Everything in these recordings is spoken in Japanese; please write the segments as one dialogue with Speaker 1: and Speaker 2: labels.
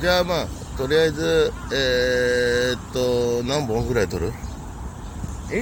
Speaker 1: じゃあまあとりあえずえー、っと何本ぐらい取る
Speaker 2: え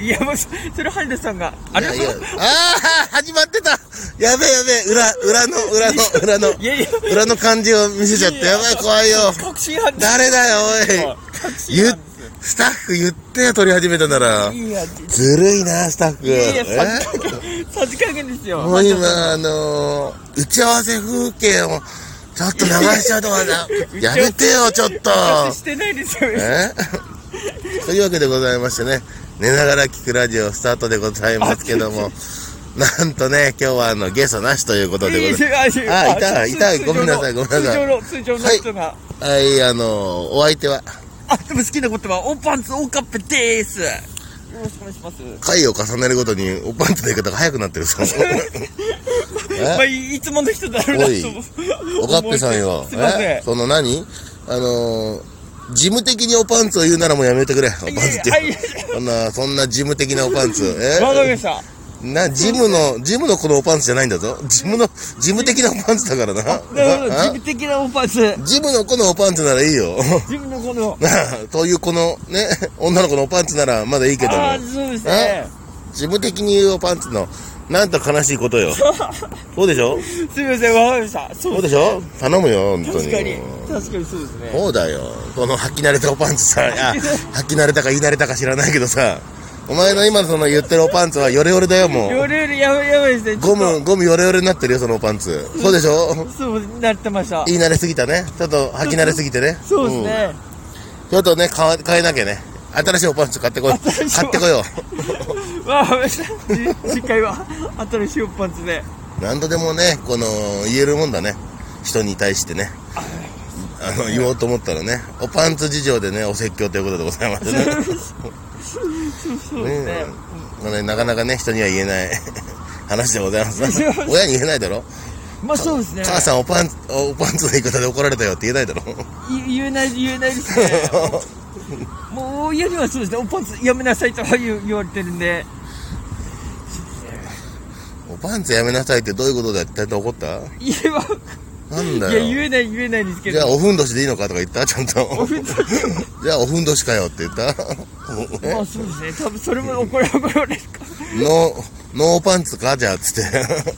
Speaker 2: いやいやもうそそれ羽田さんがあれ
Speaker 1: いやいやああ始まってたやべえやべえ裏裏の裏の裏の
Speaker 2: いやいや
Speaker 1: 裏の感じを見せちゃってやばい怖いよ
Speaker 2: 確信犯です
Speaker 1: 誰だよおい
Speaker 2: 確信
Speaker 1: 言っ
Speaker 2: 犯です
Speaker 1: スタッフ言ってよ取り始めたなら
Speaker 2: いやじ
Speaker 1: ずるいなスタッフ
Speaker 2: いやい
Speaker 1: え
Speaker 2: やさじ加減さじ加減ですよ
Speaker 1: もう今あのー打ち合わせ風景をちょっと流しちゃうとかな
Speaker 2: 打ち
Speaker 1: や
Speaker 2: 合わせ
Speaker 1: めてよちょっと
Speaker 2: 私してないですよ
Speaker 1: え というわけでございましてね寝ながら聞くラジオスタートでございますけどもなんとね今日はあのゲストなしということでござい
Speaker 2: あ、い
Speaker 1: あいたいたごめんなさいごめんなさい
Speaker 2: 通常の、通常の人が。
Speaker 1: ますはいあのーお相手は
Speaker 2: あ、でも好きな言葉、オーパンツ、オーカッペでーす。よろしくお願いします。
Speaker 1: 回を重ねるごとにおパンツの言い方が早くなってる ぞ
Speaker 2: まあ、いいつもの人だろうな
Speaker 1: おい
Speaker 2: と思う。
Speaker 1: おかっぺさんよ
Speaker 2: すいません
Speaker 1: え。その何あのー事務的におパンツを言うならもうやめてくれ。おパンツって
Speaker 2: いやいやいや
Speaker 1: そんな、そんな事務的なおパン ツ。え
Speaker 2: わかりました。
Speaker 1: な、ジムの、ジムのこのおパンツじゃないんだぞ。ジムの、ジム的なおパンツだからな。
Speaker 2: なるほど、事
Speaker 1: あ
Speaker 2: 務的なオーパンツ。
Speaker 1: ジムの子のおパンツならいいよ。
Speaker 2: 自分のこの、
Speaker 1: なあ、というこの、ね、 女の子のおパンツならまだいいけども
Speaker 2: ああ、そうですね。
Speaker 1: ジム的に言うおパンツの、なんと悲しいこと よ。そうでしょ
Speaker 2: すみません、わかりました。そ
Speaker 1: そう
Speaker 2: う
Speaker 1: でしょ頼むよ、本当
Speaker 2: 確かに。確かにそうですね。
Speaker 1: そうだよ。この履き慣れたおパンツさ、あ、履き慣れたか言い慣れたか知らないけどさ、お前の今のその言ってるおパンツはヨレヨレだよ、もう。
Speaker 2: 夜よりやばい、やばいですね。
Speaker 1: ゴム、ゴムヨレヨレになってるよ、そのおパンツ。そうでしょ
Speaker 2: そう、なってました。
Speaker 1: 言い慣れすぎたね。ちょっと履き慣れすぎてね。
Speaker 2: そうですね。
Speaker 1: うん。ちょっとね、変え、変えなきゃね。新しいおパンツ買ってこい。
Speaker 2: 新しいお
Speaker 1: 買ってこよ
Speaker 2: わかりました。次回は、新しいオーパンツで。
Speaker 1: う。何度でもね、この、言えるもんだね。人に対してね。あの、言おうと思ったらね、おパンツ事情でね、お説教ということでございますね。
Speaker 2: そうですね。
Speaker 1: まあね、なかなかね、人には言えない話でござい ます。親に言えないだろ
Speaker 2: まあそうですね。
Speaker 1: 母さんおパンツ、おパンツの言い方で怒られたよって言えないだろ
Speaker 2: 言言えない、言えないですね。もう、親にはそうですね。おパンツやめなさいとは言う言われてるんで。
Speaker 1: おパンツやめなさいってどういうことだよってちゃんと怒った
Speaker 2: 言えば、
Speaker 1: なんだ
Speaker 2: いや、言
Speaker 1: よ。
Speaker 2: えない、言えないですけ
Speaker 1: じゃあ
Speaker 2: ど。
Speaker 1: おふんどしでいいのかとか言ったちゃんと。
Speaker 2: おふんどし
Speaker 1: じゃあおふんどしかよって言った え
Speaker 2: まあそうですね。多分それも怒ら怒られるか。
Speaker 1: ノー、ノーパンツかじゃあっつって。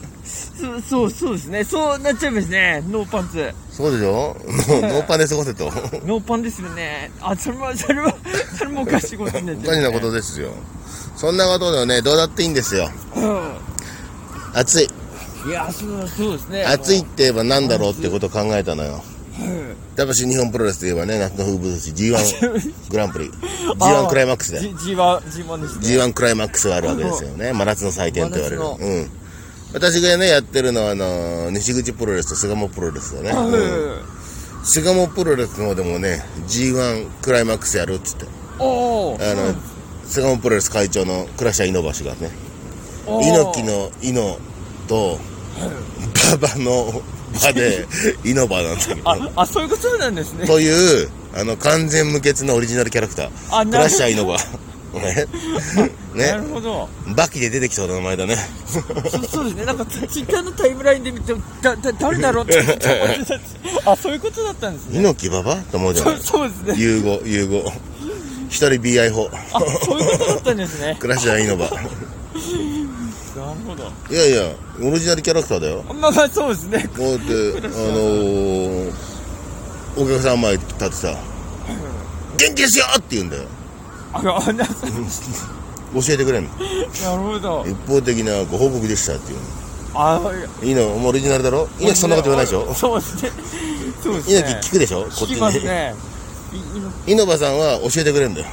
Speaker 2: そう、そう、そうですね。そうなっちゃいますね。ノーパンツ。
Speaker 1: そうでしょノノーパンで過ごせと。
Speaker 2: ノーパンですよね。あ、それも、それも、それもおかしいことになっ
Speaker 1: お
Speaker 2: ちゃ
Speaker 1: かし
Speaker 2: い
Speaker 1: なこ
Speaker 2: ますね。
Speaker 1: とですよ。そんなことではね、どうだっていいんですよ。暑い。
Speaker 2: うん。いや、そう、そうですね。
Speaker 1: 暑いって言えば何だろうってことを考えたのよ。
Speaker 2: あの。うん
Speaker 1: やっぱし日本プロレスといえばね、夏の風物詩 G1 グランプリ、G1 クライマックスで、
Speaker 2: じ G1、G1 ですね。
Speaker 1: G1 クライマックスがあるわけですよね。真夏の祭典と言われる。
Speaker 2: 真夏
Speaker 1: うん。私がね、やってるのは、あのー、西口プロレスと巣鴨プロレスだね。
Speaker 2: うん
Speaker 1: うん巣鴨プロレスの方でもね、G1 クライマックスやるっつって、
Speaker 2: おー
Speaker 1: あの、巣鴨プロレス会長の倉下猪橋がね、
Speaker 2: おー
Speaker 1: 猪木の猪と、馬場の馬 で、猪馬なんだけど。
Speaker 2: あ、あ、そういうことなんですね。
Speaker 1: というあの完全無欠のオリジナルキャラクタ
Speaker 2: あ
Speaker 1: ーク
Speaker 2: なる
Speaker 1: ラッシャーイノバ ね
Speaker 2: なる
Speaker 1: ね
Speaker 2: ほど。
Speaker 1: バキで出てきそうな名前だね
Speaker 2: そそうですね。なんかツツイッターのタイムラインで見て、だ、だ、誰だろうって思ってたんです。あ、そういうことだったんですね。
Speaker 1: 猪木ババと思うじゃな
Speaker 2: そ、
Speaker 1: いう
Speaker 2: そうですね。
Speaker 1: 融合融合一人 BI 法
Speaker 2: あ、そういうことだったんですね。
Speaker 1: クラッシャーイノバ
Speaker 2: なるほど。
Speaker 1: いやいやオリジナルキャラクターだよ
Speaker 2: まあまあ、そうですね。
Speaker 1: こうやってあのー、お客さん前に立ってさ「元気ですよ!」って言うんだよ
Speaker 2: あ、あな、なる
Speaker 1: 教えてくれんの
Speaker 2: ほど。
Speaker 1: 一方的なご報告でしたっていうの
Speaker 2: あ、
Speaker 1: いいのもうオリジナルだろ猪木そんなこと言わないでしょ
Speaker 2: そうですね。そうですね。
Speaker 1: 猪木聞くでしょこっち
Speaker 2: 聞き
Speaker 1: に
Speaker 2: ますね。い、いの、
Speaker 1: 稲葉さんは教えてくれるんだよ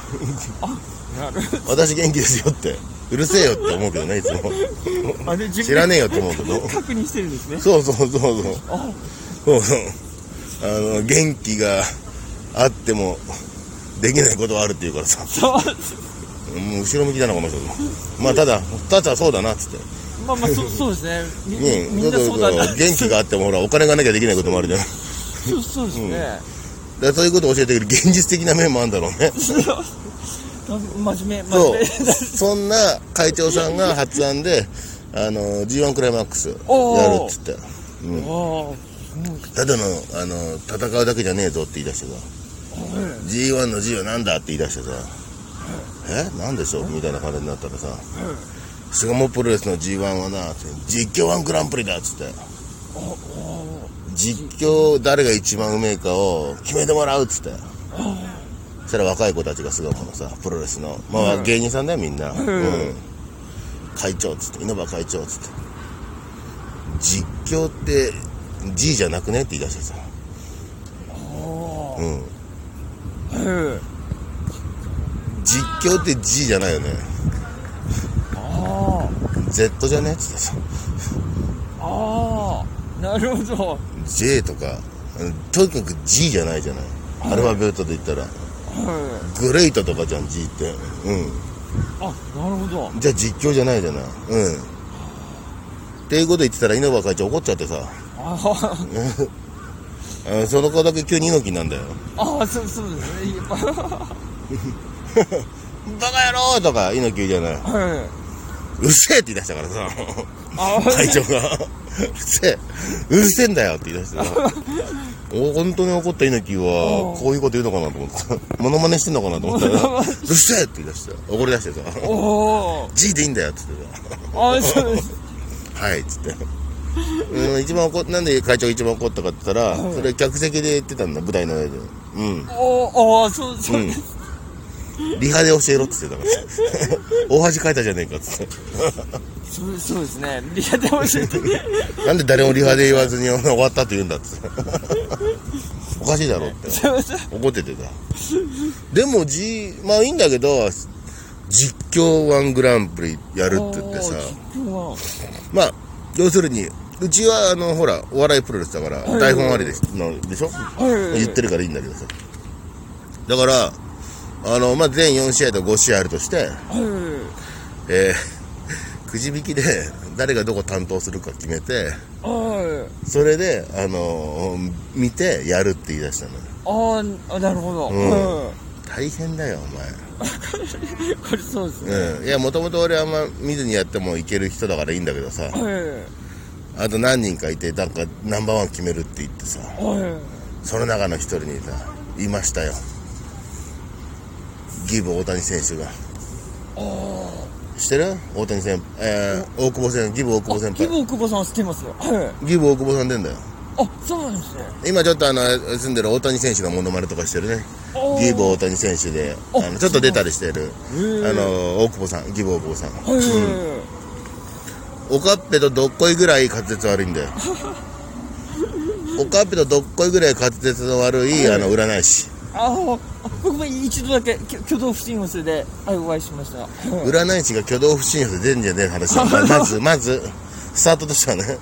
Speaker 2: なる
Speaker 1: 私元気ですよってうるせえよって思うけどねいつも
Speaker 2: あれ、自
Speaker 1: 知ら
Speaker 2: 分
Speaker 1: ね
Speaker 2: で
Speaker 1: えよって思うけど
Speaker 2: 確認してるんですね。
Speaker 1: そうそうそうそう
Speaker 2: あ、
Speaker 1: そうそうあの元気があってもできないことはあるっていうからさ
Speaker 2: そう。
Speaker 1: もう後ろ向きだなこの人まあただただそうだなっつって
Speaker 2: まあまあ、そう、そうですね。み、
Speaker 1: ね
Speaker 2: みんなそうだな。
Speaker 1: 元気があってもほらお金がなきゃできないこともあるじゃんだか
Speaker 2: そう、そうですね。
Speaker 1: らそういうことを教えてくれる現実的な面もあるんだろうね
Speaker 2: 真面目、真
Speaker 1: そ
Speaker 2: 面
Speaker 1: う
Speaker 2: 目。
Speaker 1: そんな会長さんが発案であの G1 クライマックスやるっつって、うん
Speaker 2: おーもう
Speaker 1: ただの、あの、戦うだけじゃねえぞって言い出してさ、G1 の G はなんだって言い出してさ、えなんでしょうみたいな感じになったらさ、巣鴨プロレスの G1 はな、実況1グランプリだっつって、実況誰が一番うめえかを決めてもらうっつって。そしたら若い子たちが巣鴨のさ、プロレスの、まあ芸人さんだよみんな。うん会長っつって、稲葉会長っつって。実況って G じゃなくねって言い出してさ。うん。
Speaker 2: うん
Speaker 1: 実況って G じゃないよね
Speaker 2: あ
Speaker 1: Z じゃねっつってさ
Speaker 2: あああなるほど
Speaker 1: J とかうんとにかく G じゃないじゃないアルファベットで言ったら
Speaker 2: はい
Speaker 1: グレイトとかじゃん G ってう
Speaker 2: あなるほど
Speaker 1: んじゃあ実況じゃないじゃないうんっていうこと言ってたら稲葉会長怒っちゃってさ
Speaker 2: あー
Speaker 1: うんその子だけ急に猪木なんだよ
Speaker 2: あーそうそうですねやっぱ
Speaker 1: バカ野郎とか猪木言うじゃないう
Speaker 2: はい
Speaker 1: るせえって言い出したからさ
Speaker 2: あー
Speaker 1: 会長がうるせえうるせえんだよって言い出してさお本当に怒った猪木はこういうこと言うのかなと思ってモノマネしてんのかなと思ったらうるせえって言い出して怒り出してさ
Speaker 2: おお
Speaker 1: G でいいんだよって言って
Speaker 2: あーそうです
Speaker 1: さはいっつってうん一番怒っなんで会長が一番怒ったかって言ったらそれ客席で言ってたんだ舞台の上でうん
Speaker 2: おーあーそうそううん
Speaker 1: リハで教えろって言ってたから 大恥かいたじゃねえかっつっ
Speaker 2: そうそうですねリアで教え て
Speaker 1: てなんで誰もリハで言わずに終わったって言うんだっつっておかしいだろって
Speaker 2: そうそう
Speaker 1: 怒っててたでも G まあいいんだけど実況ワングランプリやるって言ってさ
Speaker 2: あー実況は
Speaker 1: まあ要するにうちはあのほらお笑いプロレスだから
Speaker 2: い
Speaker 1: 台本ありでしのでしょ
Speaker 2: はい
Speaker 1: 言ってるからいいんだけどさだからあのまあ全4試合と5試合あるとして
Speaker 2: はい
Speaker 1: えーくじ引きで誰がどこ担当するか決めて
Speaker 2: はい
Speaker 1: それであの見てやるって言い出したのよ
Speaker 2: あーあなるほど、
Speaker 1: ん
Speaker 2: うん
Speaker 1: 大変だよお前
Speaker 2: これそうですね、
Speaker 1: うん、いやもともと俺あんま見ずにやってもいける人だからいいんだけどさ
Speaker 2: はい
Speaker 1: あと何人かいてなんかナンバーワン決めるって言ってさ
Speaker 2: はい
Speaker 1: その中の一人にさいましたよギブ大谷選手が知ってる大谷先輩、えー、大久保先輩ギブ大久保先
Speaker 2: 義
Speaker 1: 輩
Speaker 2: 母久保さん知ってますよはい
Speaker 1: ギブ大久保さん出んだよ
Speaker 2: あそうなんですね
Speaker 1: 今ちょっとあの住んでる大谷選手のモノマネとかしてるね
Speaker 2: おー
Speaker 1: ギブ大谷選手であの
Speaker 2: あ
Speaker 1: ちょっと出たりしてる
Speaker 2: ー
Speaker 1: あの大久保さんギブ大久保さん
Speaker 2: はい、
Speaker 1: おかっぺとどっこいぐらい滑舌悪いん だよおかっぺとどっこいぐらい滑舌の悪いあの占い師
Speaker 2: あーあ僕も一度だけ挙挙動不審をするで、はい、お会いしました、 はい
Speaker 1: 占い師が挙動不審者で出んじゃねえ話 だままずまずスタートとしてはね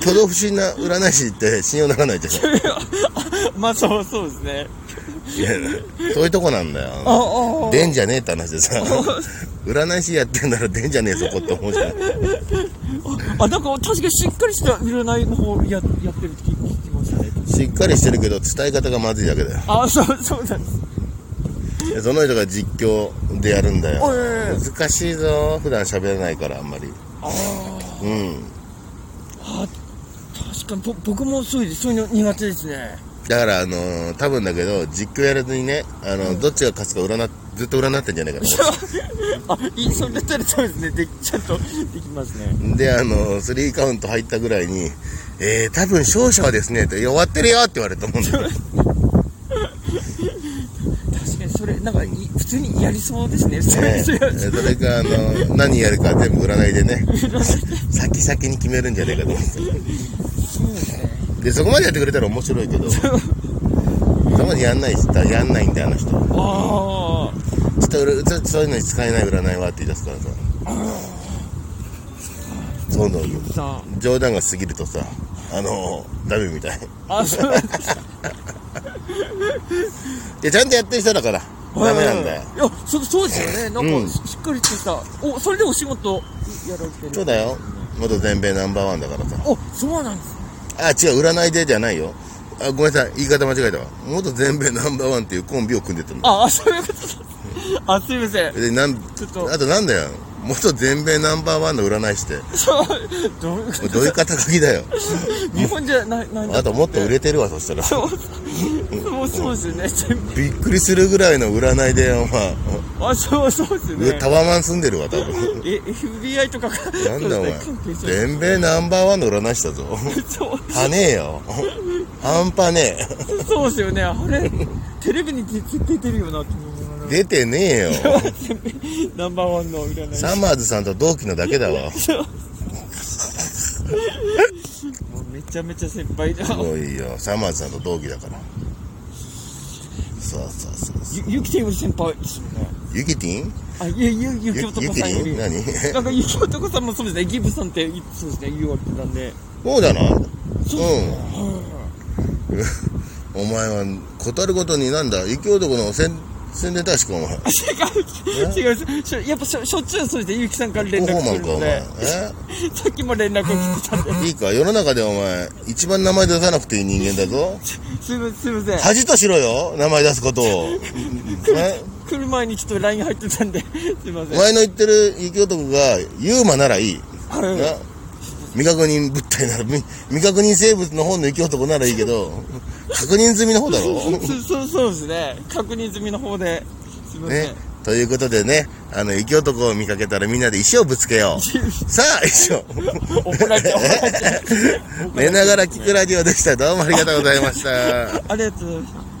Speaker 1: 挙動不審な占い師って信用ならない じゃんい
Speaker 2: まあそうそうですね
Speaker 1: やそういうとこなんだ
Speaker 2: あ
Speaker 1: よ
Speaker 2: あ
Speaker 1: 出んじゃねえって話で さ占い師やってんなら出んじゃねえそこって思うじゃん
Speaker 2: あなんか確かにしっかりした占いの方ややってるって聞聞きましたね
Speaker 1: しっかりしてるけど伝え方がまずいだけだよ
Speaker 2: あそうそうなんです
Speaker 1: でその人が実況でやるんだよ
Speaker 2: おいおいおい
Speaker 1: 難しいぞ普段喋らないからあんまり
Speaker 2: あ
Speaker 1: うん
Speaker 2: あ確かにぼ僕もそうですそういうの苦手ですね
Speaker 1: だから、あのー多分だけど、実況やらずにね、あのどっちが勝つか占っ、ずっと占ってんじゃないかと
Speaker 2: あいいそれだったらそうですねでちゃんとできますね
Speaker 1: 思う。で、あのー、スリーカウント入ったぐらいに、えー、多分勝者はですね、って、いや終わってるよって言われると思うんだよ。
Speaker 2: 確かにそれなんかい普通にやりそうですねそ
Speaker 1: ね
Speaker 2: れ
Speaker 1: え
Speaker 2: それは
Speaker 1: それか、あのー何やるか全部占いで ね、先々に決めるんじゃないかと思うんですよ
Speaker 2: そうですね
Speaker 1: で、そこまでやってくれたら面白いけど、そこまでやんない人はやんないんだよ、あの人。ちょっ
Speaker 2: あ
Speaker 1: と俺、ちょっとそういうのに使えない占いはって言い出すからさ。そうなのよ。
Speaker 2: あさん
Speaker 1: 冗談が過ぎるとさあのダメみたい
Speaker 2: あそうなんです
Speaker 1: でちゃんとやってる人だからダメなんだよ
Speaker 2: いやそそうですよねなんか、
Speaker 1: うん
Speaker 2: ししっかりとしたおそれでお仕事やられてる
Speaker 1: そうだよ元全米ナンバーワンだからさ
Speaker 2: おそうなんです
Speaker 1: あ違う占いでじゃないよあごめんなさい言い方間違えたわ元全米ナンバーワンっていうコンビを組んでたんだ
Speaker 2: ああそういうことだあすいません
Speaker 1: でなん
Speaker 2: ちょっと
Speaker 1: あとなんだよ元全米ナンバーワンの占い師って、も
Speaker 2: そうどういう
Speaker 1: うどういう肩書きだよ。
Speaker 2: 日本じゃないないんだ
Speaker 1: あともっと売れてるわ、そしたら。
Speaker 2: そうそう そうですよね
Speaker 1: びっくりするぐらいの占いで、まあ、
Speaker 2: あそうそうですよね
Speaker 1: タワマン住んでるわ、多分。
Speaker 2: え FBI とかが
Speaker 1: なんだお前
Speaker 2: そうです。ね
Speaker 1: 全米ナンバーワンの占い師だぞ。
Speaker 2: そう
Speaker 1: はねえよ。半端ね
Speaker 2: そうですよねあれテレビに絶対出るよなって思う
Speaker 1: え。出てねえよ。
Speaker 2: ナンバーワンの占い
Speaker 1: サマーズさんと同期のだけだわ。す
Speaker 2: もうめちゃめちゃ先輩だ
Speaker 1: ごいよ。サマーズさんと同期だから。そうそうそうそう。
Speaker 2: ゆゆきてんより先輩ですよね
Speaker 1: ゆきてん
Speaker 2: あゆゆゆ
Speaker 1: ゆ
Speaker 2: き
Speaker 1: ゆ
Speaker 2: おとこ
Speaker 1: き
Speaker 2: さんよ
Speaker 1: り
Speaker 2: り
Speaker 1: ん何
Speaker 2: なんかゆきおとこさんもそうですねギブさんってそうですね言われてたんで
Speaker 1: そうじゃないうん。
Speaker 2: そう
Speaker 1: お前は、断ることになんだ、雪男の宣宣伝大使か、お 前。
Speaker 2: 違う違うしょやっぱしょしょっちゅうそうですねゆきさんから連
Speaker 1: ご訪
Speaker 2: 絡来
Speaker 1: 問
Speaker 2: る
Speaker 1: か、お
Speaker 2: の
Speaker 1: 前
Speaker 2: で。
Speaker 1: え
Speaker 2: さっきも連絡来てたんで
Speaker 1: いいか、世の中でお前、一番名前出さなくていい人間だぞ。
Speaker 2: すいませんすいません
Speaker 1: 恥としろよ、名前出すこと を。ね
Speaker 2: 来る前にちょっと LINE 入ってたんで すいませ
Speaker 1: お
Speaker 2: ん
Speaker 1: 前の言ってる雪男が、ユーマならいい。
Speaker 2: はい
Speaker 1: な未確認物体なら、み未確認生物の方の雪男ならいいけど、確認済みの方だろ。
Speaker 2: そそうそうですね確認済みの方ですいません、
Speaker 1: ね。ということでね、あの、雪男を見かけたらみんなで石をぶつけ よう。さあ、石を。
Speaker 2: 怒られちゃう怒られちゃう怒られちゃう
Speaker 1: 寝ながら聞くラジオでした。どうもありがとうございました。
Speaker 2: ありがとうございました